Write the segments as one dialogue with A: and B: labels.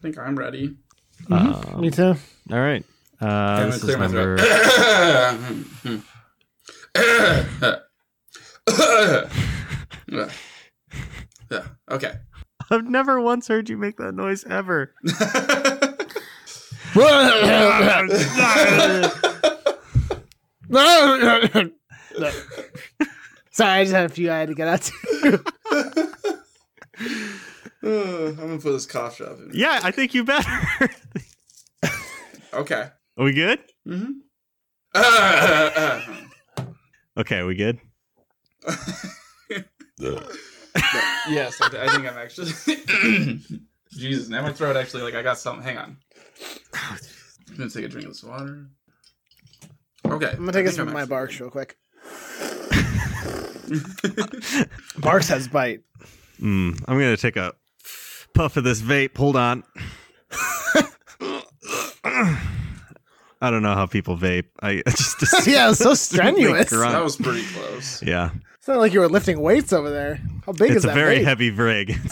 A: think I'm ready.
B: Mhm.
C: Um,
B: Me too.
C: All right. Uh,
A: I'm
C: this is
A: gonna
C: number.
A: clear my throat. yeah. Okay.
C: I've never once heard you make that noise ever.
B: Sorry, I just had a few I had to get out to.
A: Uh, I'm gonna put this cough drop in.
C: yeah, I think you better. Are
A: Okay.
C: we good?
A: Mm-hmm.
C: Okay, we good.
A: yes, I, th- I think I'm actually. Jesus, now my throat actually like I got something. Hang on. I'm gonna take a drink of this water. Okay,
B: I'm gonna take this
A: think
B: from
A: I'm actually-
B: my Barks real quick. Barks has bite.
C: Mm, I'm gonna take a puff of this vape. Hold on. I don't know how people vape. I I just
B: yeah, it was so
C: Like
B: strenuous.
C: grunt.
B: Sounded
A: That was pretty close.
C: yeah.
B: like you were lifting weights over there. How big is
C: It's a
B: that?
C: very
B: vape?
C: heavy rig.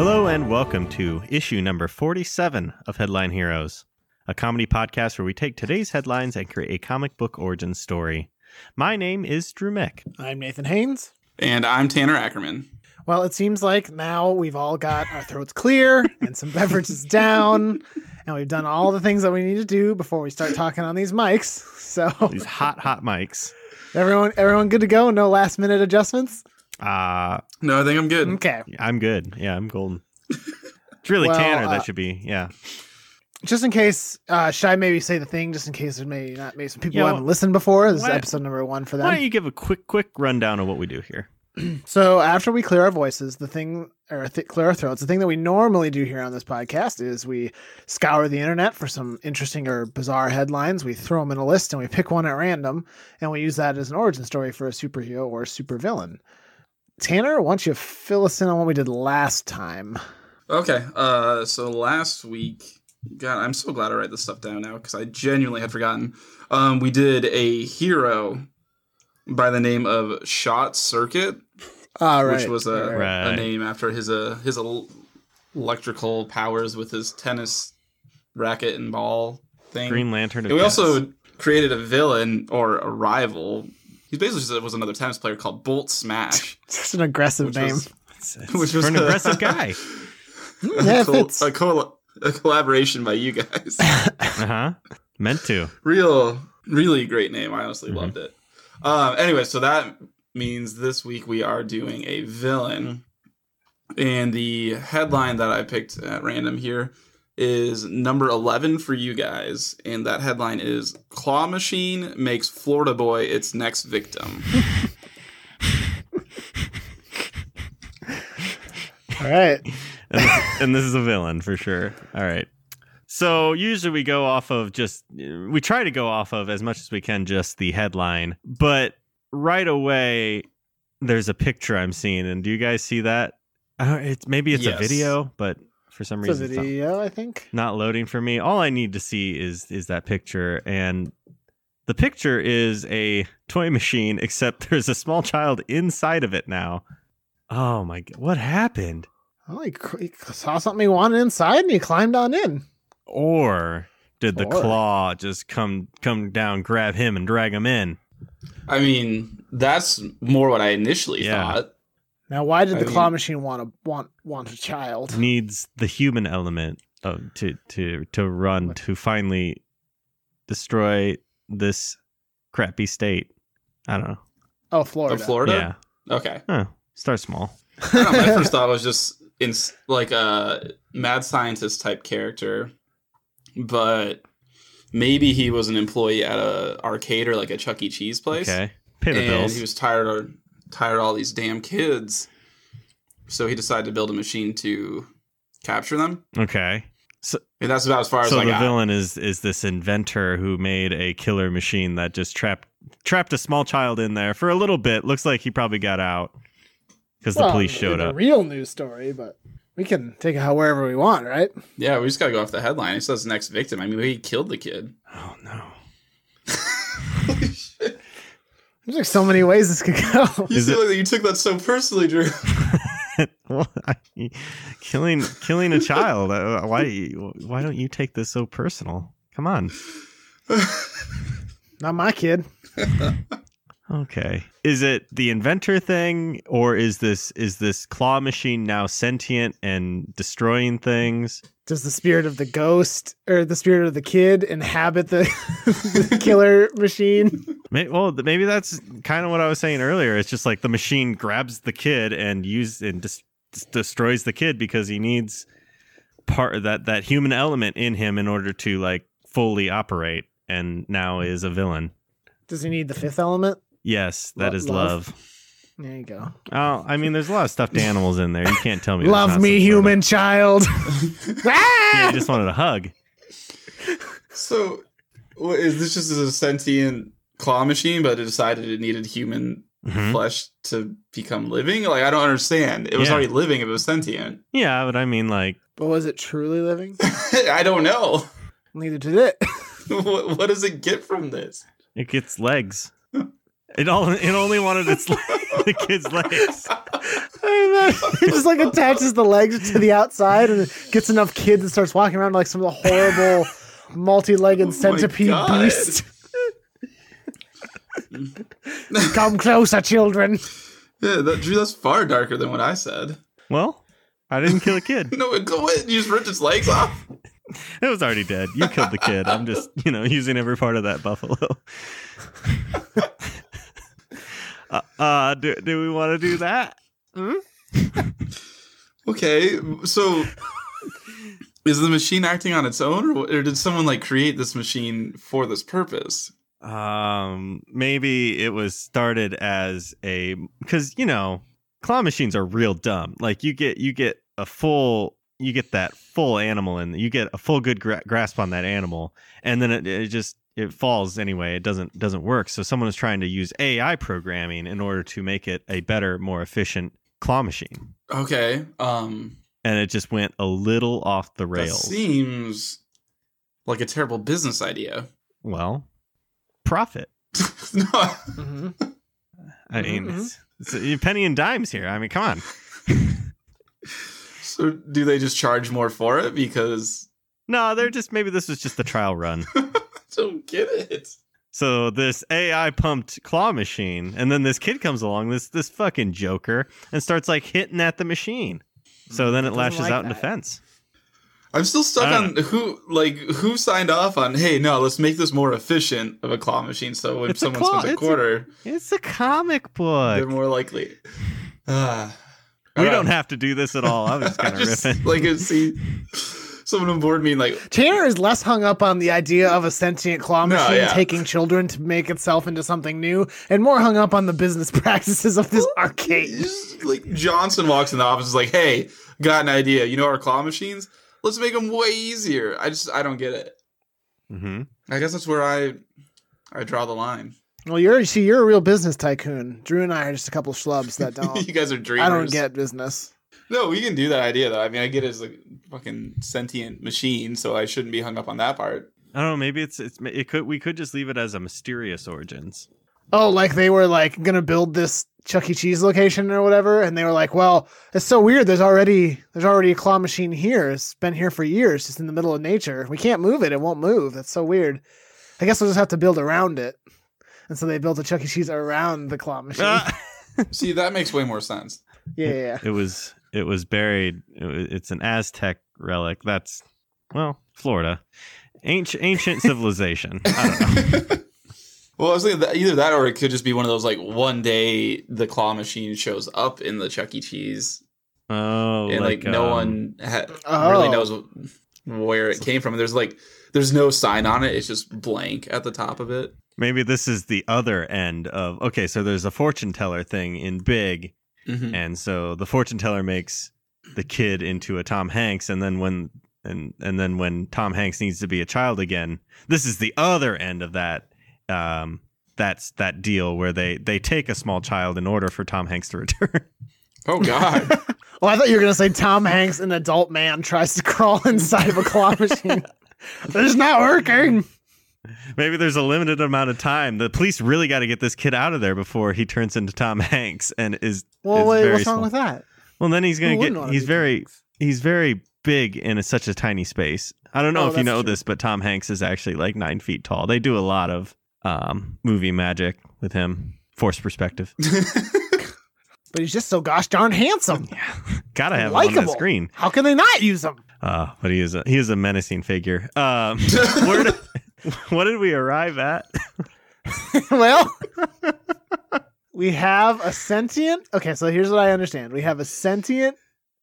C: Hello and welcome to issue number 47 of Headline Heroes, a comedy podcast where we take today's headlines and create a comic book origin story. My name is Drew Mick.
B: I'm Nathan Haynes.
A: And I'm Tanner Ackerman.
B: Well, it seems like now we've all got our throats clear and some beverages down, and we've done all the things that we need to do before we start talking on these mics. So
C: These hot, hot mics.
B: everyone, everyone, good to go. No last minute adjustments.
C: Uh,
A: No, I think I'm good.
B: Okay.
C: I'm good. Yeah, I'm golden. It's really
B: Well,
C: Tanner
B: uh,
C: that should be. Yeah.
B: Just in case, uh, should I maybe say the thing? Just in case there may not maybe some people
C: Yeah,
B: who haven't listened before. This
C: why-
B: is episode number one for them.
C: Why don't you give a quick, quick rundown of what we do here?
B: So after we clear our voices, the thing or th- clear our throats, the thing that we normally do here on this podcast is we scour the internet for some interesting or bizarre headlines. We throw them in a list and we pick one at random, and we use that as an origin story for a superhero or supervillain. Tanner, why don't you fill us in on what we did last time?
A: Okay. Uh, so last week, God, I'm so glad I write this stuff down now because I genuinely had forgotten. Um, we did a hero by the name of Shot Circuit,
B: Ah,
A: which was a,
C: right.
A: a name after his uh, his el- electrical powers with his tennis racket and ball thing.
C: Green Lantern. Of
A: And we
C: Death.
A: also created a villain or a rival. He basically just was another tennis player called Bolt Smash,
B: Just an aggressive
A: which
B: name.
A: was
C: It's- it's
A: which
C: for
A: was
C: an
A: the-
C: aggressive guy.
B: yeah,
A: a,
B: it
A: col-
B: fits.
A: a, col- a collaboration by you guys.
C: Uh huh. Meant to.
A: Real, really great name. I honestly
C: Mhm.
A: loved it. Um, anyway, so that means this week we are doing a villain. And the headline that I picked at random here is number 11 for you guys. And that headline is Claw Machine makes Florida Boy its next victim.
B: All right.
C: and, this, and this is a villain for sure. All right. So usually we go off of just we try to go off of as much as we can just the headline, but right away there's a picture I'm seeing, and do you guys see that? I don't, it's maybe it's
A: Yes.
C: a video, but for some
B: It's a
C: reason it's not,
B: video, I think.
C: not loading for me. All I need to see is is that picture, and the picture is a toy machine, except there's a small child inside of it now. Oh my! g- What happened?
B: Oh, you cr- you saw something you wanted inside and you climbed on in.
C: or did the
B: Or-
C: claw just come come down grab him and drag him in
A: I mean, that's more what I initially
C: Yeah.
A: thought.
B: Now, why did
A: I
B: the claw
A: mean-
B: machine want to want want a child?
C: needs the human element of, to to to run to finally destroy this crappy state i don't know
B: Oh, Florida.
A: Of Florida?
C: yeah
A: Okay.
C: huh. start small
A: I don't know, my first thought was just in like a mad scientist type character, but maybe he was an employee at a arcade or like a Chuck E. Cheese place.
C: okay pay the
A: and
C: bills
A: he was tired of tired of all these damn kids. So he decided to build a machine to capture them.
C: Okay.
A: And that's about as far as
C: so
A: I
C: the
A: got.
C: villain is is this inventor who made a killer machine that just trapped trapped a small child in there for a little bit. Looks like he probably got out because the
B: Well,
C: police
B: in
C: showed
B: the
C: up.
B: real news story, but we can take it how wherever we want, right?
A: Yeah, we just gotta go off the headline. It says next victim. I mean, he killed the kid.
C: oh no!
B: There's like so many ways this could go.
A: You
C: Is
A: feel like you took that so personally, Drew.
C: Well, I- killing killing a child. Uh, Why why don't you take this so personal? Come on.
B: Not my kid.
C: Okay. Is it the inventor thing or is this is this claw machine now sentient and destroying things?
B: Does the spirit of the ghost or the spirit of the kid inhabit the, the killer machine?
C: May- Well, th- maybe that's kind of what I was saying earlier. It's just like the machine grabs the kid and use and dis- dis- destroys the kid because he needs part that that human element in him in order to like fully operate and now is a villain.
B: Does he need the fifth element?
C: Yes, that
B: Lo-
C: is
B: love.
C: love.
B: There you go.
C: Oh, I mean, there's a lot of stuffed animals in there. You can't tell me. there's
B: Love
C: not
B: me,
C: some sort of-
B: human child.
C: Yeah,
B: Ah!
C: he just wanted a hug.
A: so, what, is this just a sentient claw machine, but it decided it needed human
C: Mhm.
A: flesh to become living? Like, I don't understand. It was
C: Yeah.
A: already living if it was sentient.
C: Yeah, but I mean, like,
B: but was it truly living?
A: I don't know.
B: Neither did it.
A: What, what does it get from this?
C: It gets legs. It all it only wanted its le- the kid's legs.
B: it just like attaches the legs to the outside and it gets enough kids and starts walking around like some of the horrible multi-legged
A: Oh my
B: centipede
A: God.
B: beast. Come closer, children.
A: Yeah, that, Drew, that's far darker than what I said.
C: Well, I didn't kill a kid.
A: No, it- go ahead. You just ripped its legs off.
C: It was already dead. You killed the kid. I'm just, you know, using every part of that buffalo. uh, uh do, do we want to do that?
A: Okay, so is the machine acting on its own, or, what- or did someone like create this machine for this purpose?
C: Um, maybe it was started as a because you know claw machines are real dumb. Like you get you get a full you get that full animal and you get a full good gra- grasp on that animal, and then it, it just it falls anyway. It doesn't doesn't work. So someone is trying to use AI programming in order to make it a better, more efficient claw machine,
A: Okay, um,
C: and it just went a little off the
A: that
C: rails.
A: seems like a terrible business idea.
C: Well, profit.
A: no,
B: Mm-hmm.
C: I mean,
B: Mhm,
C: it's, it's a penny and dimes here. I mean, come on.
A: so do they just charge more for it? Because
C: No, they're just maybe this was just the trial run.
A: I don't get it.
C: So this AI pumped claw machine, and then this kid comes along, this this fucking joker, and starts like hitting at the machine. So then it
B: Mm, Doesn't
C: lashes
B: like
C: out in
B: that.
C: defense.
A: I'm still stuck
C: I
A: on
C: don't
A: who like who signed off on. Hey, no, let's make this more efficient of a claw machine. So when
C: It's a
A: someone
C: claw-
A: spends a
C: it's a-
A: quarter,
C: It's a comic
A: they're
C: book.
A: more likely. Ah.
C: We
A: All right.
C: don't have to do this at all. I was just kind of
A: just,
C: riffing.
A: Like I see someone on board me like
B: Tanner is less hung up on the idea of a sentient claw
A: No,
B: machine
A: yeah.
B: taking children to make itself into something new, and more hung up on the business practices of this arcade.
A: just, like Johnson walks in the office is like, "Hey, got an idea. You know our claw machines? Let's make them way easier." I just I don't get it.
C: hmm
A: I guess that's where I I draw the line.
B: Well, you're see, you're a real business tycoon. Drew and I are just a couple schlubs that don't.
A: you guys are dreamers.
B: I don't get business.
A: No, we can do that idea though. I mean, I get it as a fucking sentient machine, so I shouldn't be hung up on that part.
C: I don't know. Maybe it's it's it could we could just leave it as a mysterious origins.
B: Oh, like they were like gonna build this Chuck E. Cheese location or whatever, and they were like, "Well, it's so weird. There's already there's already a claw machine here. It's been here for years, just in the middle of nature. We can't move it. It won't move. That's so weird. I guess we'll just have to build around it." And so they built a Chuck E. Cheese around the claw machine.
C: Ah!
A: See, that makes way more sense.
B: yeah, yeah, yeah.
C: it was it was buried. It wa- it's an Aztec relic. That's well, Florida, ancient ancient civilization. I don't know.
A: Well, I was thinking that either that or it could just be one of those like one day the claw machine shows up in the Chuck E. Cheese
C: Oh,
A: and like, no
C: um,
A: one ha-
B: Oh.
A: really knows where it came from. There's like there's no sign on it. It's just blank at the top of it.
C: maybe this is the other end of okay, so there's a fortune teller thing in Big,
A: Mhm.
C: and so the fortune teller makes the kid into a Tom Hanks, and then when and and then when Tom Hanks needs to be a child again, this is the other end of that. Um, that's that deal where they they take a small child in order for Tom Hanks to return.
A: Oh God.
B: Oh, I thought you were gonna say Tom Hanks, an adult man, tries to crawl inside of a claw machine. it's not working.
C: Maybe there's a limited amount of time. The police really got to get this kid out of there before he turns into Tom Hanks and is.
B: Well,
C: is
B: wait,
C: very
B: what's wrong
C: small.
B: with that?
C: Well, then he's
B: Who
C: gonna
B: wouldn't wanna
C: get. He's
B: be
C: very. He's very big in a, such a tiny space. I don't know
B: Oh,
C: if you
B: that's
C: know
B: true.
C: this, but Tom Hanks is actually like nine feet tall. They do a lot of um, movie magic with him. Forced perspective.
B: But he's just so gosh darn handsome.
C: Gotta have him on
B: Likeable.
C: the screen.
B: How can they not use him?
C: Uh, but he is a he is a menacing figure. Um, where did, what did we arrive at?
B: well, we have a sentient. Okay, so here's what I understand. We have a sentient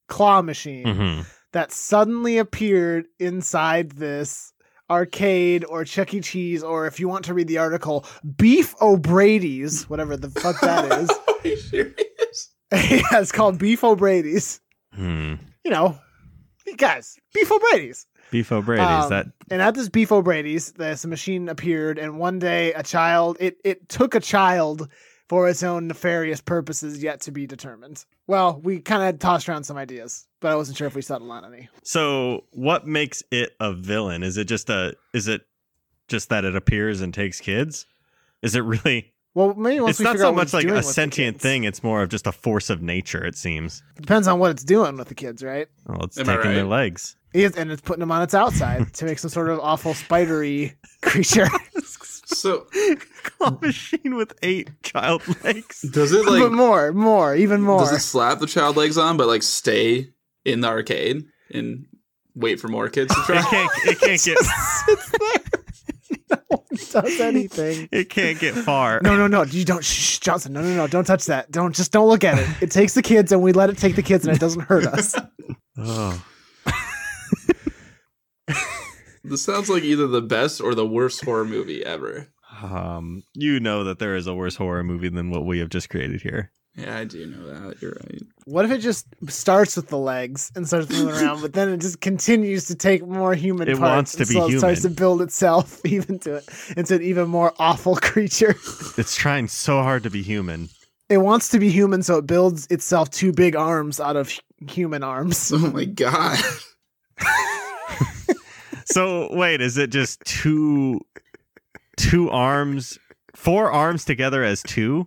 B: claw machine
C: Mhm.
B: that suddenly appeared inside this arcade or Chuck E. Cheese, or if you want to read the article, Beef O'Brady's, whatever the fuck that is.
A: Are you serious?
B: yeah, it's called Beef O'Brady's.
C: Hmm.
B: You know, guys, Beef O'Brady's.
C: Beef O'Brady's.
B: Um,
C: that
B: and at this beef o'brady's this machine appeared and one day a child it, it took a child for its own nefarious purposes yet to be determined well we kind of tossed around some ideas but i wasn't sure if we settled on any
C: So, what makes it a villain? Is it just a? Is it just that it appears and takes kids? Is it really?
B: well maybe once
C: it's
B: we
C: not
B: figure
C: so
B: out what
C: much
B: it's
C: like
B: doing
C: a
B: with the
C: sentient
B: kids.
C: thing. It's more of just a force of nature. It seems.
B: it depends on what it's doing with the kids right
C: Well, it's
A: Am I
C: taking their
A: right?
C: legs.
B: It is- and it's putting them on its outside to make some sort of awful spidery creature
A: So
C: Claw machine with eight child legs.
A: does it
B: but
A: like
B: more more even more
A: does it slap the child legs on, but like stay in the arcade and wait for more kids to
C: It
A: try?
C: can't. It can't get.
B: does anything
C: It can't get far.
B: No, no, no. You don't, shh, shh, Johnson. No, no, no. Don't touch that. Don't just don't look at it. It takes the kids, and we let it take the kids, and it doesn't hurt us.
C: Oh.
A: this sounds like either the best or the worst horror movie ever.
C: Um, you know that there is a worse horror movie than what we have just created here.
A: Yeah, I do know that. You're right.
B: What if it just starts with the legs and starts moving around, but then it just continues to take more human
C: It
B: parts?
C: wants to
B: and
C: be
B: so It starts to
C: human.
B: build itself even to it into an even more awful creature.
C: It's trying so hard to be human.
B: It wants to be human, so it builds itself two big arms out of hu- human arms.
A: Oh my god.
C: So wait, is it just two two arms four arms together as two?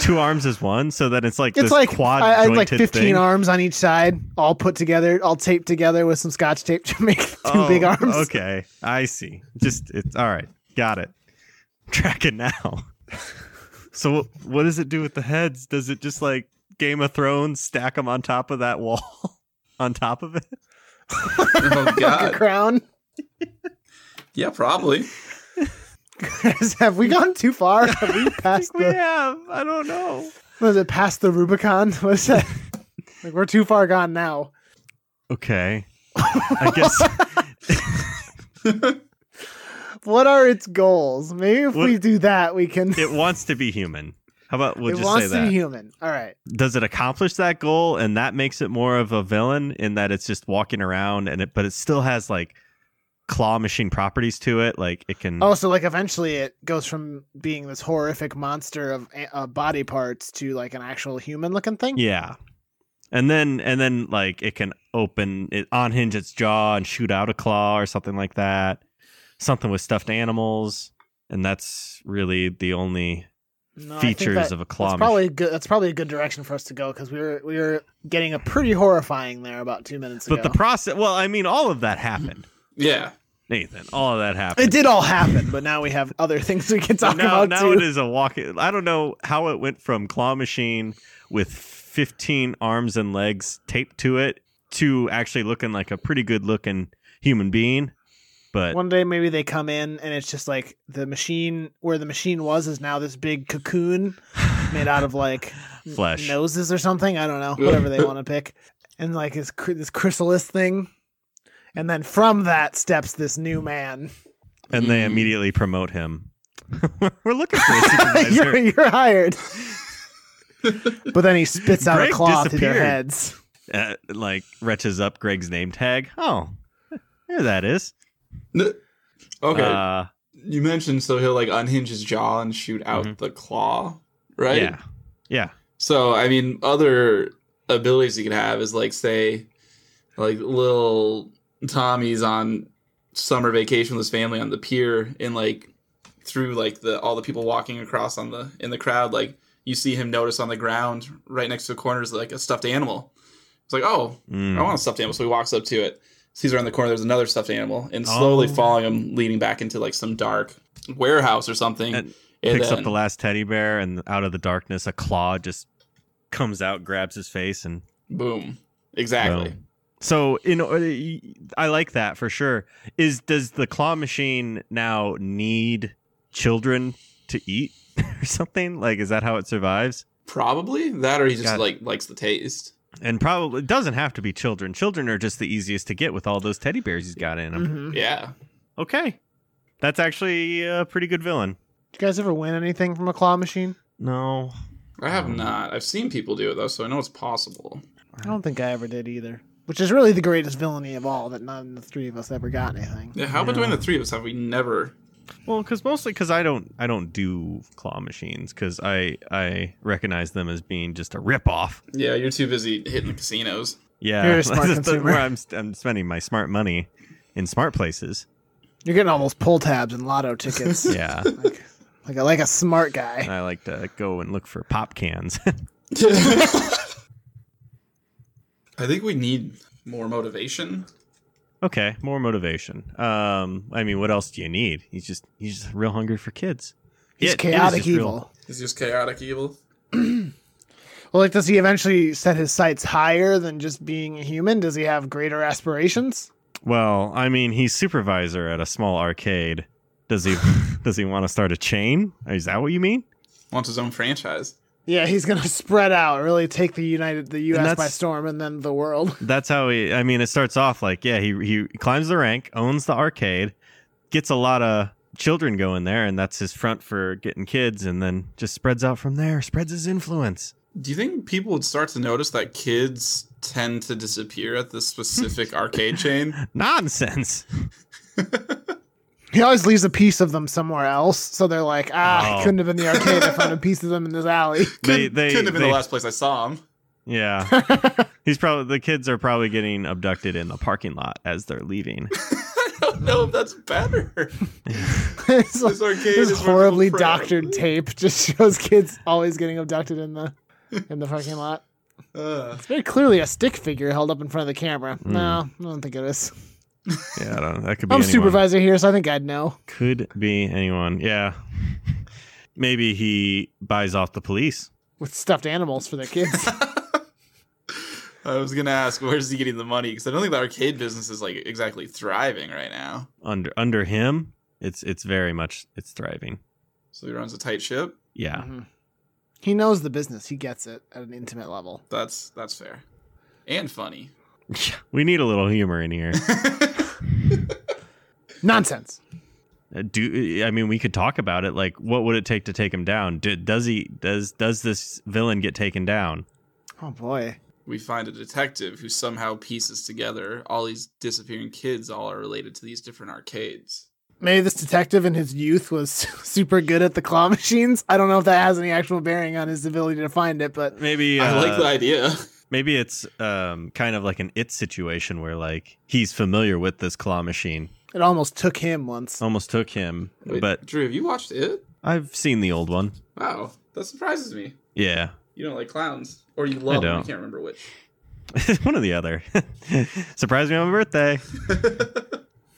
C: Two arms as one, so that it's like
B: It's
C: this
B: like
C: quad
B: I, I had like
C: jointed
B: fifteen
C: thing?
B: arms on each side, all put together, all taped together with some scotch tape to make two
C: Oh,
B: big arms.
C: Okay. I see. Just it's all right. Got it. Tracking now. So wh- what does it do with the heads? Does it just like Game of Thrones stack them on top of that wall? on top of it?
A: Oh
B: Like a
A: god.
B: crown.
A: Yeah, probably.
B: Have we gone too far? Have we
C: I
B: passed
C: think we
B: the
C: have. I don't know.
B: was it past the Rubicon? What is that? like we're too far gone now.
C: Okay. I guess
B: What are its goals? Maybe if
C: What-
B: we do that, we can.
C: it wants to be human. How about we'll
B: it
C: just
B: wants
C: say
B: to
C: that?
B: be human. All right.
C: Does it accomplish that goal, and that makes it more of a villain in that it's just walking around, and it but it still has like claw machine properties to it, like it can.
B: Oh, so like eventually it goes from being this horrific monster of a- uh, body parts to like an actual human-looking thing.
C: yeah, and then and then like it can open it unhinge its jaw and shoot out a claw or something like that, something with stuffed animals, and that's really the only
B: No, I think
C: features
B: that-
C: of a claw
B: That's
C: machine.
B: probably a good. That's probably a good direction for us to go because we were we were getting a pretty horrifying there about two minutes
C: But
B: ago.
C: the process, well, I mean, all of that happened,
A: Yeah.
C: Nathan. All of that happened.
B: it did all happen, but now we have other things we can
C: So
B: talk
C: now,
B: about
C: now
B: too.
C: it is a walk. I don't know how it went from claw machine with 15 arms and legs taped to it to actually looking like a pretty good looking human being. But
B: One day maybe they come in and it's just like the machine where the machine was is now this big cocoon made out of like n-
C: Flesh.
B: noses or something. I don't know, whatever they want to pick, and like this chr- this chrysalis thing, and then from that steps this new man.
C: and they
A: Mm.
C: immediately promote him We're looking for a supervisor.
B: you're, you're hired. but then he spits out
C: Greg
B: a claw through their
C: disappeared.
B: heads.
C: uh, like retches up Greg's name tag. Oh, there that is.
A: Okay,
C: Uh,
A: you mentioned so he'll like unhinge his jaw and shoot out
C: Mhm.
A: the claw, right?
C: Yeah. Yeah.
A: So I mean, other abilities you could have is like say, like little Tommy's on summer vacation with his family on the pier, and like through like the all the people walking across on the in the crowd, like you see him notice on the ground right next to the corner is like a stuffed animal. It's like, oh,
C: Mm.
A: I want a stuffed animal. So he walks up to it, sees around the corner. There's another stuffed animal, and slowly
C: Oh.
A: following him, leading back into like some dark warehouse or something.
C: And
A: and
C: Picks up
A: then-
C: the last teddy bear, and out of the darkness, a claw just comes out, grabs his face, and
A: boom, exactly.
C: Boom. so you know, uh, I like that for sure. Is does the claw machine now need children to eat or something? Like, is that how it survives?
A: Probably that, or he just
C: Got it.
A: like likes the taste.
C: And probably it doesn't have to be children. Children are just the easiest to get with all those teddy bears he's got in him.
B: Mhm.
A: Yeah,
C: Okay, that's actually a pretty good villain.
B: You guys ever win anything from a claw machine?
C: No,
A: I have
C: Um.
A: not. I've seen people do it though, so I know it's possible.
B: I don't think I ever did either. Which is really the greatest villainy of all that none of the three of us ever got anything.
A: Yeah, how about
C: Yeah.
A: doing the three of us? Have we never?
C: Well, because mostly because I don't I don't do claw machines because I I recognize them as being just a ripoff.
A: Yeah, you're too busy hitting the casinos.
C: Yeah,
B: You're a
C: that's
B: smart
C: the-
B: consumer.
C: where I'm st- I'm spending my smart money in smart places.
B: You're getting all those pull tabs and lotto tickets.
C: Yeah,
B: like, like, a, like a smart guy.
C: I like to go and look for pop cans.
A: I think we need more motivation.
C: okay, more motivation. Um, I mean, what else do you need? He's just he's just real hungry for kids.
B: He's
C: It- it is
B: chaotic
C: just real-
B: evil.
A: It's just chaotic evil.
B: Well, like, does he eventually set his sights higher than just being a human? Does he have greater aspirations?
C: Well, I mean, he's supervisor at a small arcade. Does he does he want to start a chain? Is that what you mean?
A: Wants his own franchise.
B: Yeah, he's gonna spread out, really take the United, the U.S. by
C: that's-
B: storm, and then the world.
C: That's how he. I mean, it starts off like, yeah, he he climbs the rank, owns the arcade, gets a lot of children going there, and that's his front for getting kids, and then just spreads out from there, spreads his influence.
A: Do you think people would start to notice that kids tend to disappear at this specific arcade chain?
C: Nonsense.
B: He always leaves a piece of them somewhere else, so they're like, ah,
C: Oh.
B: it couldn't have been the arcade. I found a piece of them in this alley.
C: They-
A: Couldn't-
C: they-
A: couldn't have been
C: they-
A: the last place I saw him.
C: Yeah, he's probably the kids are probably getting abducted in the parking lot as they're leaving.
A: I don't know if that's better.
B: it's like,
A: This arcade
B: this
A: is wonderful
B: horribly
A: for-
B: doctored tape just shows kids always getting abducted in the in the parking lot.
A: Uh,
B: It's very clearly a stick figure held up in front of the camera. No, I don't think it is.
C: Yeah, I don't. That could be.
B: I'm
C: Hmm. anyone.
B: supervisor here, so I think I'd know.
C: Could be anyone. Yeah. Maybe he buys off the police.
B: With stuffed animals for their kids.
A: I was gonna ask where's he getting the money because I don't think the arcade business is like exactly thriving right now.
C: under under him it's it's very much it's thriving
A: So he runs a tight ship.
C: yeah
B: Mhm. He knows the business. He gets it at an intimate level.
A: That's that's fair, and funny.
C: we need a little humor in here
B: Nonsense.
C: Uh, do i mean we could talk about it like what would it take to take him down do, does he does does this villain get taken down
B: Oh boy.
A: we find a detective who somehow pieces together all these disappearing kids. All are related to these different arcades.
B: Maybe this detective in his youth was super good at the claw machines. I don't know if that has any actual bearing on his ability to find it, but
C: maybe
A: I
C: uh,
A: like the idea.
C: maybe it's um kind of like an it situation where like he's familiar with this claw machine
B: it almost took him once.
C: almost took him
A: Wait,
C: but
A: Drew, have you watched it?
C: i've seen the old one
A: Wow, that surprises me.
C: yeah
A: You don't like clowns, or you love them. I
C: don't.
A: can't remember which.
C: one or the other surprise me on my birthday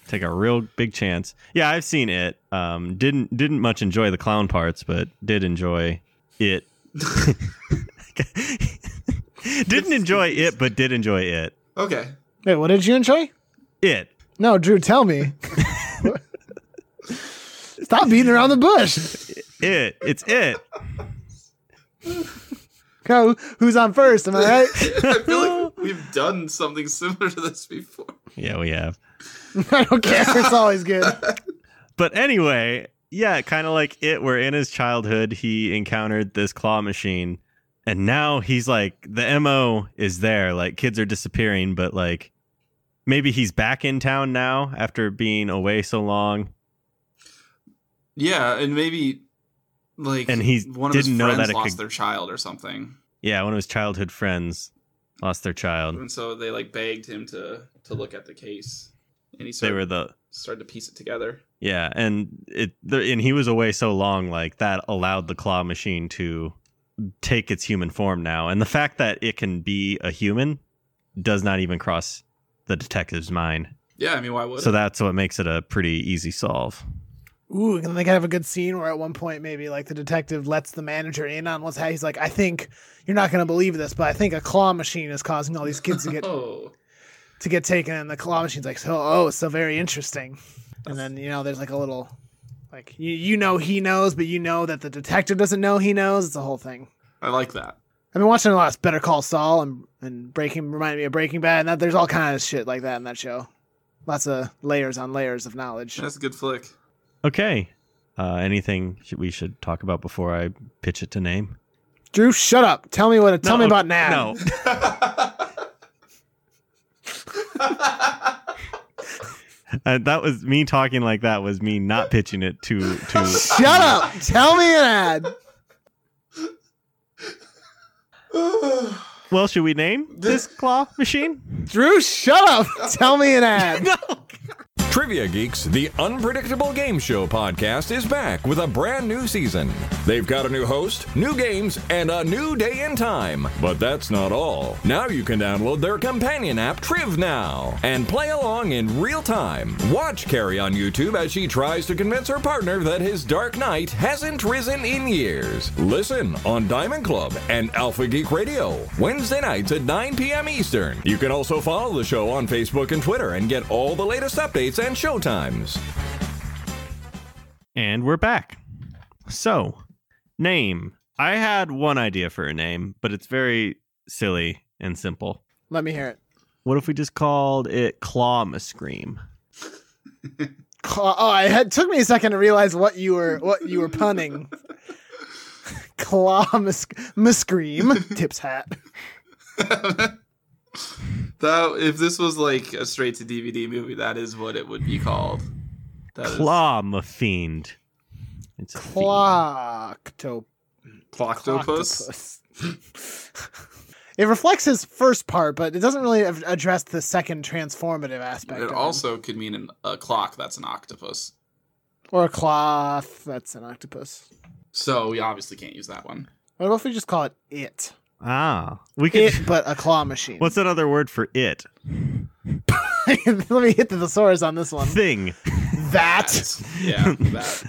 C: take a real big chance. Yeah, I've seen it. Um, didn't didn't much enjoy the clown parts, but did enjoy it. didn't enjoy it, but did enjoy it.
A: okay,
B: Wait, what did you enjoy?
C: It.
B: No, Drew, tell me. Stop beating around the bush.
C: It. It's it.
B: Go, who's on first? Am I right?
A: I feel like we've done something similar to this before.
C: Yeah, we have.
B: I don't care. It's always good.
C: But anyway, yeah, kind of like it, where in his childhood he encountered this claw machine, and now he's like the mo is there. Like kids are disappearing, but like maybe he's back in town now after being away so long,
A: Yeah, and maybe like
C: and he
A: one of his
C: didn't know
A: friends
C: that it
A: lost
C: could.
A: their child or something,
C: Yeah, one of his childhood friends lost their child.
A: and so they like begged him to to look at the case, and he
C: They
A: started,
C: were the
A: started to piece it together.
C: Yeah, and it the, and he was away so long, like that allowed the claw machine to take its human form now, and the fact that it can be a human does not even cross the detective's mind.
A: Yeah, I mean, why would
C: So that's what makes it a pretty easy solve.
B: Ooh, and then they could have a good scene where at one point maybe like the detective lets the manager in on what's happening. He's like, I think you're not going to believe this, but I think a claw machine is causing all these kids to get
A: Oh,
B: to get taken, and the claw machine's like, so oh, so very interesting. And then you know, there's like a little, like you you know he knows, but you know that the detective doesn't know he knows. It's a whole thing.
A: I like that.
B: I've been watching a lot of Better Call Saul and and Breaking reminded me of Breaking Bad, and that there's all kinds of shit like that in that show. Lots of layers on layers of knowledge.
A: That's a good flick.
C: Okay, uh, anything should, we should talk about before I pitch it to name?
B: Drew, shut up. Tell me what. Tell
C: No,
B: me about Nat.
C: No, uh, that was me talking like that was me not pitching it to to.
B: Shut up. Tell me an ad.
C: Well, should we name this claw machine?
B: Drew, shut up. Tell me an ad.
D: Trivia Geeks, the Unpredictable Game Show podcast, is back with a brand new season. They've got a new host, new games, and a new day and time. But that's not all. Now you can download their companion app, Triv Now, and play along in real time. Watch Carrie on YouTube as she tries to convince her partner that his Dark Knight hasn't risen in years. Listen on Diamond Club and Alpha Geek Radio, Wednesday nights at 9 p.m. Eastern. You can also follow the show on Facebook and Twitter and get all the latest updates and showtimes.
C: And we're back. So, name. I had one idea for a name, but it's very silly and simple.
B: Let me hear it.
C: What if we just called it Claw Scream?
B: Claw. Oh, I had, took me a second to realize what you were what you were punning. Claw mis- miscream tips hat.
A: that if this was like a straight to DVD movie, that is what it would be called. That is-
C: Claw Fiend. It's a
B: Clocktop-
A: Clocktopus.
B: Clocktopus. it reflects his first part, but it doesn't really a- address the second transformative aspect. of
A: It
B: him.
A: also could mean an, a clock that's an octopus.
B: or a cloth. That's an octopus.
A: So we obviously can't use that one.
B: What if we just call it it?
C: fiend. Ah, we could.
B: It, but a claw machine.
C: What's another word for it?
B: Let me hit the thesaurus on this one.
C: Thing.
B: That.
A: yeah, that.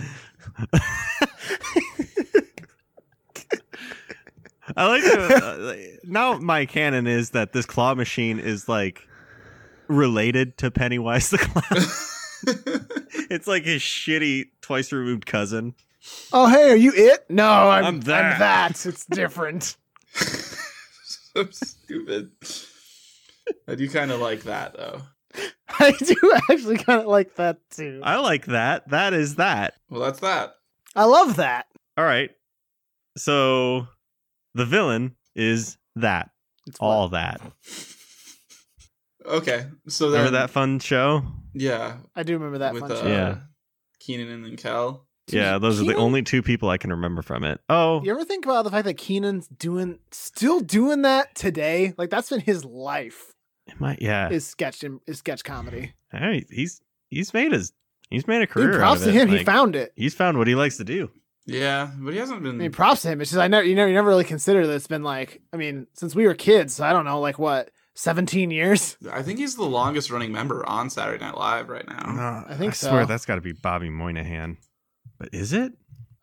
C: I like. To, uh, now my canon is that this claw machine is like related to Pennywise the clown. it's like his shitty twice removed cousin.
B: Oh, hey, are you it? No, I'm,
C: I'm
B: I'm that.
C: that.
B: It's different.
A: so stupid. I do kind of like that though.
B: I do actually kind of like that too. I,
C: I like that. That is that.
A: Well, that's that.
B: love that.
C: All right. So the villain is that.
B: It's
C: All that.
A: Okay, so then,
C: Remember that fun show?
A: Yeah,
B: I do remember that
A: with
B: fun
A: uh,
B: show.
C: Yeah.
A: Keenan and then Kel.
C: Yeah, those are the
B: Keenan-
C: only two people I can remember from it. Oh,
B: You ever think about the fact that Keenan's doing, still doing that today? Like that's been his life.
C: it might, yeah.
B: Is sketch and is sketch comedy.
C: All right, he's he's made his he's made a
B: Dude,
C: career.
B: props
C: out
B: to
C: of
B: him.
C: It.
B: he
C: Like,
B: found it.
C: he's found what he likes to do.
A: Yeah, but he hasn't
B: I
A: been.
B: mean, props to him. It's just I never, you know, you never really consider that it's been like, I mean, since we were kids. So I don't know, like what, seventeen years?
A: I think he's the longest running member on Saturday Night Live right now.
B: I think
C: Uh, I swear
B: so.
C: that's got to be Bobby Moynihan. But is it?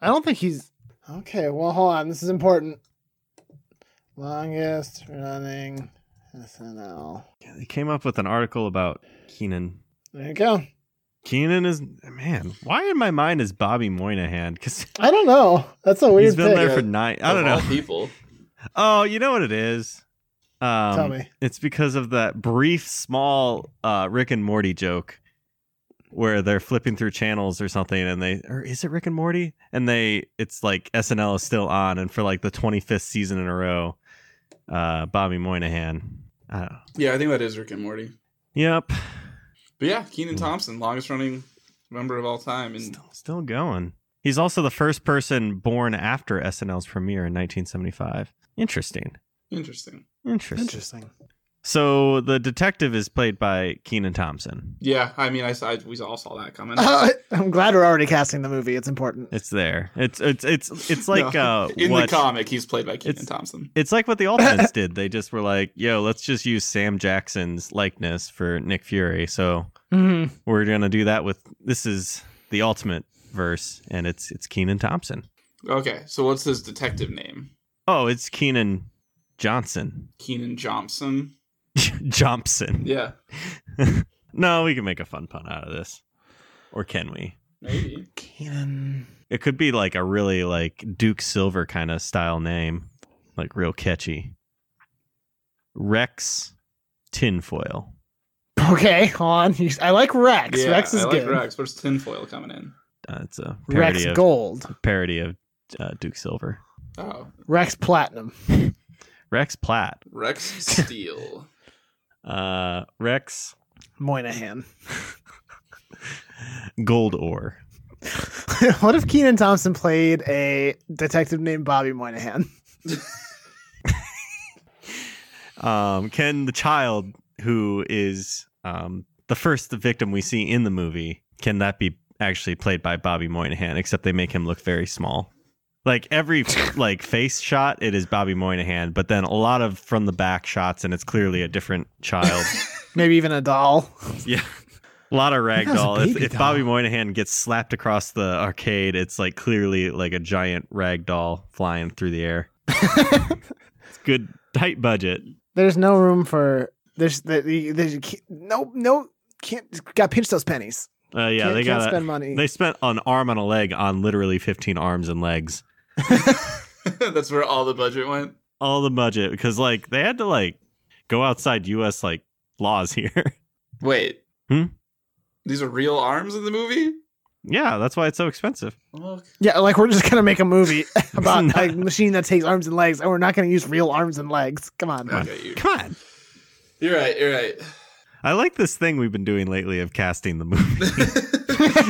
B: I don't think he's. Okay, well, hold on. This is important. Longest running SNL.
C: They came up with an article about Keenan
B: There you go.
C: Keenan is man. Why in my mind is Bobby Moynihan? Because
B: I don't know. That's a weird
C: he's been
B: pick.
C: there
A: pick.
C: for nine. I don't
A: Of all
C: know.
A: people.
C: Oh, you know what it is. Um,
B: Tell me.
C: It's because of that brief, small uh, Rick and Morty joke where they're flipping through channels or something and they or is it Rick and Morty? And they it's like SNL is still on and for like the 25th season in a row, uh Bobby Moynihan. I don't know.
A: Yeah, I think that is Rick and Morty.
C: Yep.
A: But yeah, Keenan Thompson, longest running member of all time, and
C: Still, still going. He's also the first person born after SNL's premiere in 1975. Interesting.
A: interesting.
C: Interesting.
B: Interesting.
C: So the detective is played by Keenan Thompson.
A: Yeah, I mean, I, saw, I we all saw that coming.
B: Uh, I'm glad we're already casting the movie. It's important.
C: It's there. It's it's it's it's like
A: No.
C: uh
A: in
C: what,
A: the comic, he's played by Keenan
C: It's-
A: Thompson.
C: It's like what the Ultimates did. They just were like, "Yo, let's just use Sam Jackson's likeness for Nick Fury." So
B: Mm-hmm.
C: we're gonna do that with this is the Ultimate verse, and it's it's Keenan Thompson.
A: Okay, so what's his detective name?
C: Oh, it's Keenan Johnson.
A: Keenan Johnson.
C: Johnson.
A: Yeah,
C: No, we can make a fun pun out of this, or can we?
A: maybe.
B: Keenan.
C: It could be like a really like Duke Silver kind of style name, like real catchy. Rex Tinfoil.
B: Okay, hold on. You- I like Rex.
A: Yeah,
B: Rex is
A: I like
B: good.
A: Rex. Where's tinfoil coming in?
C: Uh, it's a parody
B: Rex
C: of
B: Gold.
C: parody of uh, Duke Silver.
A: Oh,
B: Rex Platinum.
C: Rex Platt.
A: Rex Steel.
C: Uh, Rex
B: Moynihan.
C: Gold Ore.
B: what if Keenan Thompson played a detective named Bobby Moynihan?
C: Um, can the child who is um, the first victim we see in the movie, can that be actually played by Bobby Moynihan? Except they make him look very small. Like every like face shot, it is Bobby Moynihan, but then a lot of from the back shots, and it's clearly a different child.
B: Maybe even a doll.
C: Yeah. A lot of
B: that was a
C: ragdoll. If,
B: baby
C: if Bobby
B: doll.
C: Moynihan gets slapped across the arcade, it's like clearly like a giant ragdoll flying through the air. it's good, tight budget.
B: There's no room for there's the, the, there's no no can't got pinch those pennies.
C: Uh, yeah,
B: Can't-
C: they
B: can't
C: got.
B: spend
C: a-
B: money.
C: They spent an arm and a leg on literally 15 arms and legs.
A: That's where all the budget went.
C: All the budget because like they had to like go outside U.S. like laws here.
A: Wait.
C: Hmm?
A: These are real arms in the movie?
C: yeah, that's why it's so expensive.
A: Look.
B: Yeah, like we're just gonna make a movie about
C: Not-
B: a machine that takes arms and legs, and we're not gonna use real arms and legs. Come on.
A: Okay, you.
C: Come on.
A: You're right, you're right.
C: I like this thing we've been doing lately of casting the movie.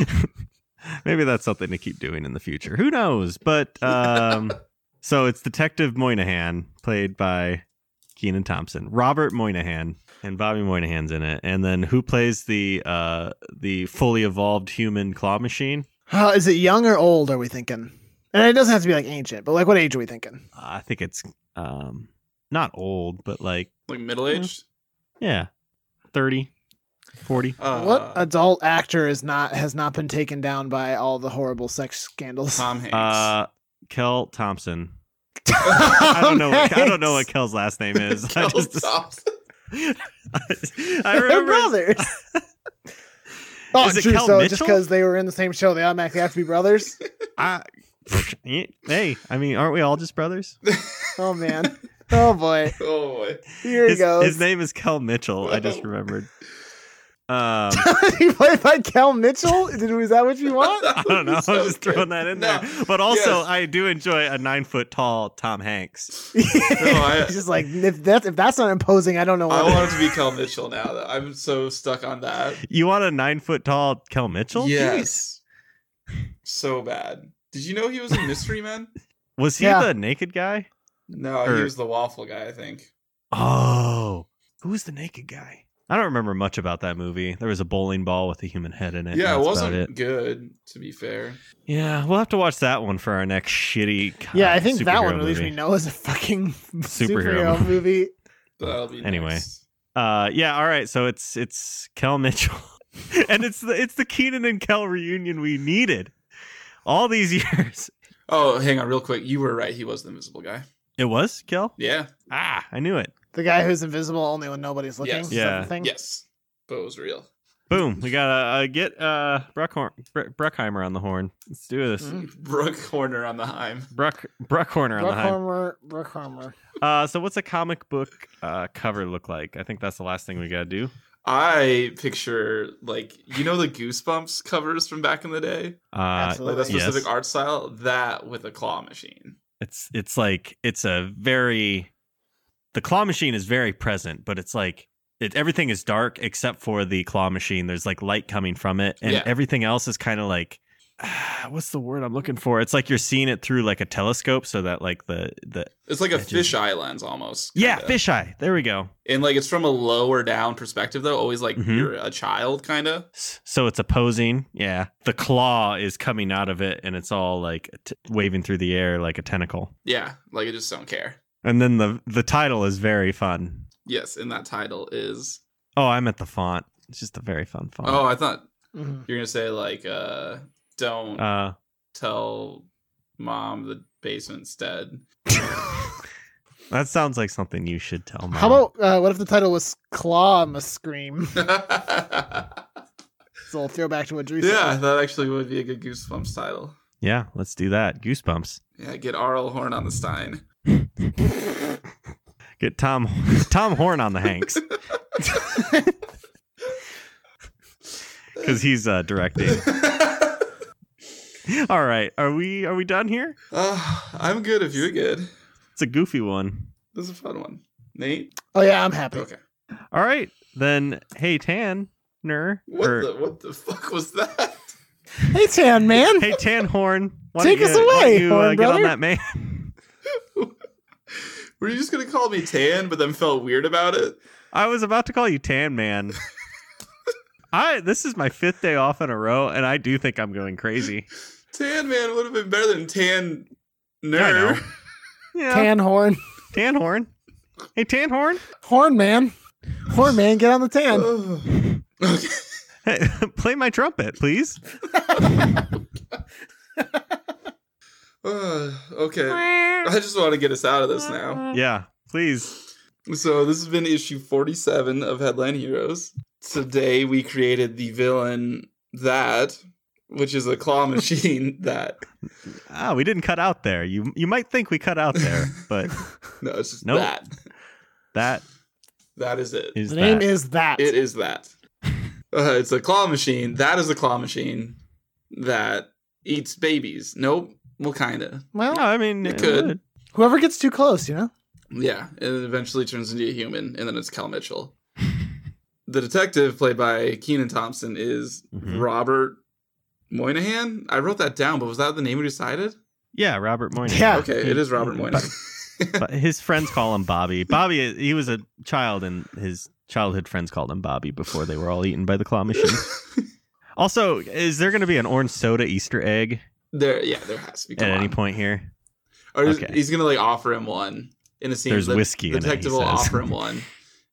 C: Maybe that's something to keep doing in the future. Who knows? But um, so it's Detective Moynihan, played by Keenan Thompson, Robert Moynihan, and Bobby Moynihan's in it. And then who plays the uh, the fully evolved human claw machine?
B: Uh, is it young or old? Are we thinking? And it doesn't have to be like ancient, but like what age are we thinking?
C: Uh, I think it's um, not old, but like
A: like middle aged?
C: yeah, 30, 40.
A: Uh,
B: what adult actor is not has not been taken down by all the horrible sex scandals?
A: Tom Hanks.
C: Uh, Kel Thompson. I don't know. What, I don't know what Kel's last name is. I
A: Kel
C: just-
A: Thompson.
C: I
B: They're
C: remember
B: brothers. oh,
C: Is it
B: true.
C: Kel
B: So just
C: Mitchell?
B: because they were in the same show, they automatically have to be brothers.
C: I, hey, I mean, aren't we all just brothers?
B: Oh man. Oh boy.
A: Oh boy.
B: Here he
C: his,
B: goes.
C: his name is Kel Mitchell. I just remembered. Um,
B: he played by Cal Mitchell. Did, is that what you want?
C: I don't know. I'm
A: So
C: just
A: good.
C: throwing that in
A: No.
C: there. But also,
A: Yes.
C: I do enjoy a nine foot tall Tom Hanks.
A: I-
B: He's just like if that if that's not imposing, I don't know
A: I
B: what.
A: want him to be Kel Mitchell now. though. I'm so stuck on that.
C: You want a nine foot tall Kel Mitchell?
A: Yes. So bad. Did you know he was in Mystery Men?
C: Jeez. Was he
B: Yeah.
C: the naked guy?
A: No,
C: Or-
A: he was the waffle guy, I think.
C: Oh, who was the naked guy? I don't remember much about that movie. There was a bowling ball with a human head in it.
A: Yeah, it
C: and that's
A: wasn't
C: about it.
A: good, to be fair.
C: Yeah, we'll have to watch that one for our next shitty. co-
B: yeah, I think that
C: superhero
B: one at least
C: movie.
B: we know is a fucking
C: Superhero
B: superhero, movie.
A: That'll be
C: Anyway.
A: next.
C: Uh, yeah. All right. So it's it's Kel Mitchell, and it's the it's the Keenan and Kel reunion we needed all these years.
A: Oh, hang on, real quick. You were right. He was the invisible guy.
C: It was Kel.
A: Yeah.
C: Ah, I knew it.
B: The guy who's invisible only when nobody's looking.
A: Yes.
B: is that the
C: Yeah.
B: Thing?
A: Yes. But it was real.
C: Boom. We gotta uh, get uh Bruckhorn Bre- Bruckheimer on the horn. Let's do this.
B: Mhm.
A: Brooke Horner on the Heim.
C: Bruck Bruckhorner on the horn.
B: Bruckheimer. Bruckheimer.
C: Uh, so what's a comic book uh cover look like? I think that's the last thing we gotta do.
A: I picture like you know the Goosebumps covers from back in the day,
C: Uh,
A: like that
C: Yes.
A: specific art style. That with a claw machine.
C: it's it's like it's a very the claw machine is very present but it's like it, everything is dark except for the claw machine there's like light coming from it and
A: Yeah.
C: everything else is kind of like what's the word i'm looking for it's like you're seeing it through like a telescope so that like the the
A: It's like a
C: That just-
A: fisheye lens almost.
C: yeah
A: kinda.
C: fisheye there we go
A: and like it's from a lower down perspective though. Always like
C: Mhm.
A: you're a child, kind of.
C: S- so it's opposing yeah the claw is coming out of it and it's all like t- waving through the air like a tentacle
A: Yeah, like I just don't care.
C: and then the the title is very fun
A: Yes, and that title is.
C: oh i'm at the font it's just a very fun font
A: Oh, I thought
B: Mhm.
A: you're gonna say like, uh, don't
C: uh
A: tell mom the basement's dead.
C: That sounds like something you should tell mom.
B: How about uh, what if the title was Claw Must Scream?
A: yeah,
B: It's a little throwback to what Drew said.
A: that actually would be a good Goosebumps title.
C: Yeah, let's do that. Goosebumps.
A: Yeah, get R.L. Horn on the Stein.
C: Get Tom Tom Horn on the Hanks because he's uh, directing. All right, are we are we done here?
A: uh, I'm good if you're good.
C: It's a goofy one.
A: This is a fun one. Nate?
B: Oh yeah, I'm happy.
A: Okay.
C: All right, then. Hey er, Tanner.
A: What
C: or-
A: the what the fuck was that?
B: Hey Tan man.
C: Hey Tan Horn. why
B: Take
C: don't
B: us
C: you- why don't
B: away,
C: you, uh,
B: Horn
C: get on
B: brother.
C: that man.
A: Were you just gonna call me Tan, but then felt weird about it?
C: I was about to call you Tan Man. I this is my fifth day off in a row, and I do think I'm going crazy.
A: Tan man would have been better than Tan
C: I know.
A: Nerd.
C: Yeah.
B: Tan horn.
C: Tan Horn. Hey, Tan Horn.
B: Horn man. Horn man, get on the tan.
A: Ugh. okay.
C: Hey, play my trumpet, please.
B: Uh,
A: Ugh, Uh, okay. I just want to get us out of this now.
C: Yeah, please.
A: So this has been issue 47 of Headline Heroes. Today we created the villain that, which is a claw machine that.
C: Ah, we didn't cut out there. You you might think we cut out there, but
A: No, it's just
C: Nope.
A: that.
C: that
A: That is it.
C: is
B: The name
C: that.
B: is that.
A: It is that. Uh, it's a claw machine. That is a claw machine that eats babies. Nope. Well, kinda.
C: No,
B: Well, uh,
C: I mean,
A: It
C: it
A: could.
C: would.
B: whoever gets too close, you know?
A: Yeah, and it eventually turns into a human, and then it's Cal Mitchell. the detective, played by Keenan Thompson, is
C: Mhm.
A: Robert Moynihan. I wrote that down, but was that the name we decided?
C: Yeah, Robert Moynihan.
B: Yeah.
A: Okay, it is Robert Moynihan.
C: Mm-hmm. But his friends call him Bobby. Bobby, he was a child, and his childhood friends called him Bobby before they were all eaten by the claw machine. also, is there going to be an orange soda Easter egg
A: there, yeah, there has to be. Come
C: at any
A: on.
C: point here?
A: or is-
C: okay.
A: he's gonna like offer him one in a scene.
C: There's
A: the,
C: whiskey
A: The
C: in it, he
A: detective will
C: says.
A: offer him one,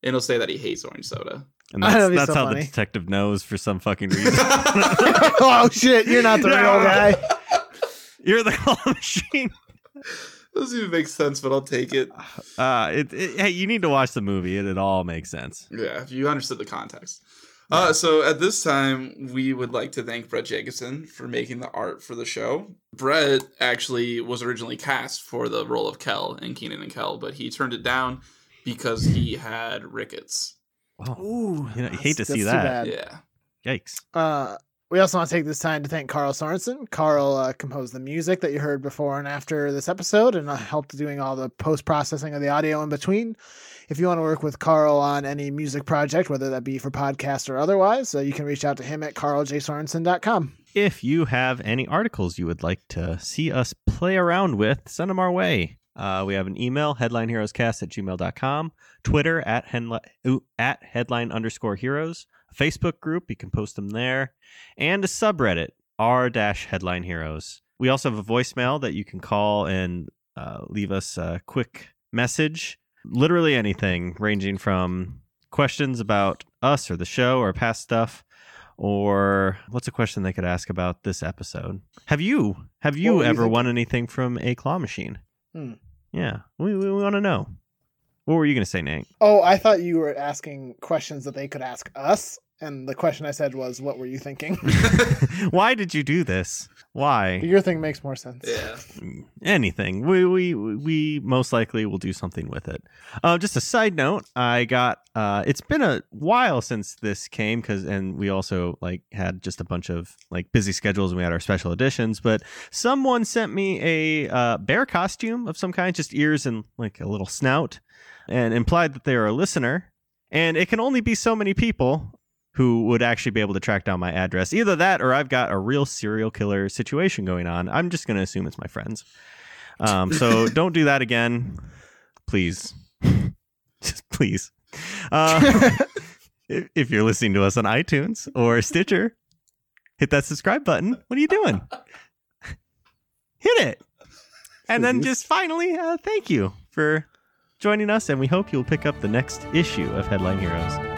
A: and he'll say that he hates orange soda.
C: And
B: Oh,
C: that's,
B: that'd be
C: that's
B: so
C: how the
B: funny.
C: detective knows for some fucking reason.
B: oh shit, you're not the real guy.
C: You're the claw machine.
A: Doesn't even make sense, but I'll take it.
C: Uh, it, it, hey, you need to watch the movie. It, it all makes sense.
A: Yeah, if you understood the context. Uh, so at this time, we would like to thank Brett Jacobson for making the art for the show. Brett actually was originally cast for the role of Kel in Keenan and Kel, but he turned it down because he had rickets.
C: Wow.
B: Ooh.
C: You know, hate to
B: that's-
C: see
B: that's too
C: that.
B: bad.
A: Yeah.
C: Yikes.
B: Uh, we also want to take this time to thank Carl Sorensen. Carl uh, composed the music that you heard before and after this episode and uh, helped doing all the post processing of the audio in between. If you want to work with Carl on any music project, whether that be for podcast or otherwise, uh, you can reach out to him at carljsorensen.com.
C: If you have any articles you would like to see us play around with, send them our way. Uh, we have an email, headlineheroescast at gmail.com, Twitter at, henli- ooh, at headline underscore heroes, a Facebook group, you can post them there, and a subreddit, r dash headline heroes. We also have a voicemail that you can call and uh, leave us a quick message. Literally anything, ranging from questions about us or the show or past stuff or what's a question they could ask about this episode? Have you have
B: What
C: you
B: were you
C: ever
B: thinking?
C: won anything from a claw machine?
B: Hmm.
C: Yeah, we we, want to know. What were you gonna say, Nate?
B: Oh, I thought you were asking questions that they could ask us. And the question I said was, "What were you thinking?"
C: Why did you do this? Why?
B: Your thing makes more sense.
A: Yeah.
C: Anything. We we we most likely will do something with it. Uh, just a side note. I got. Uh, it's been a while since this came because, and we also like had just a bunch of like busy schedules. and We had our special editions, but someone sent me a uh, bear costume of some kind, just ears and like a little snout, and implied that they are a listener. And it can only be so many people who would actually be able to track down my address. Either that or I've got a real serial killer situation going on. I'm just going to assume it's my friends. Um, so don't do that again. Please. just please. Uh, if, if you're listening to us on iTunes or Stitcher, hit that subscribe button. What are you doing? hit it. And then
B: Please.
C: just finally, uh, thank you for joining us. And we hope you'll pick up the next issue of Headline Heroes.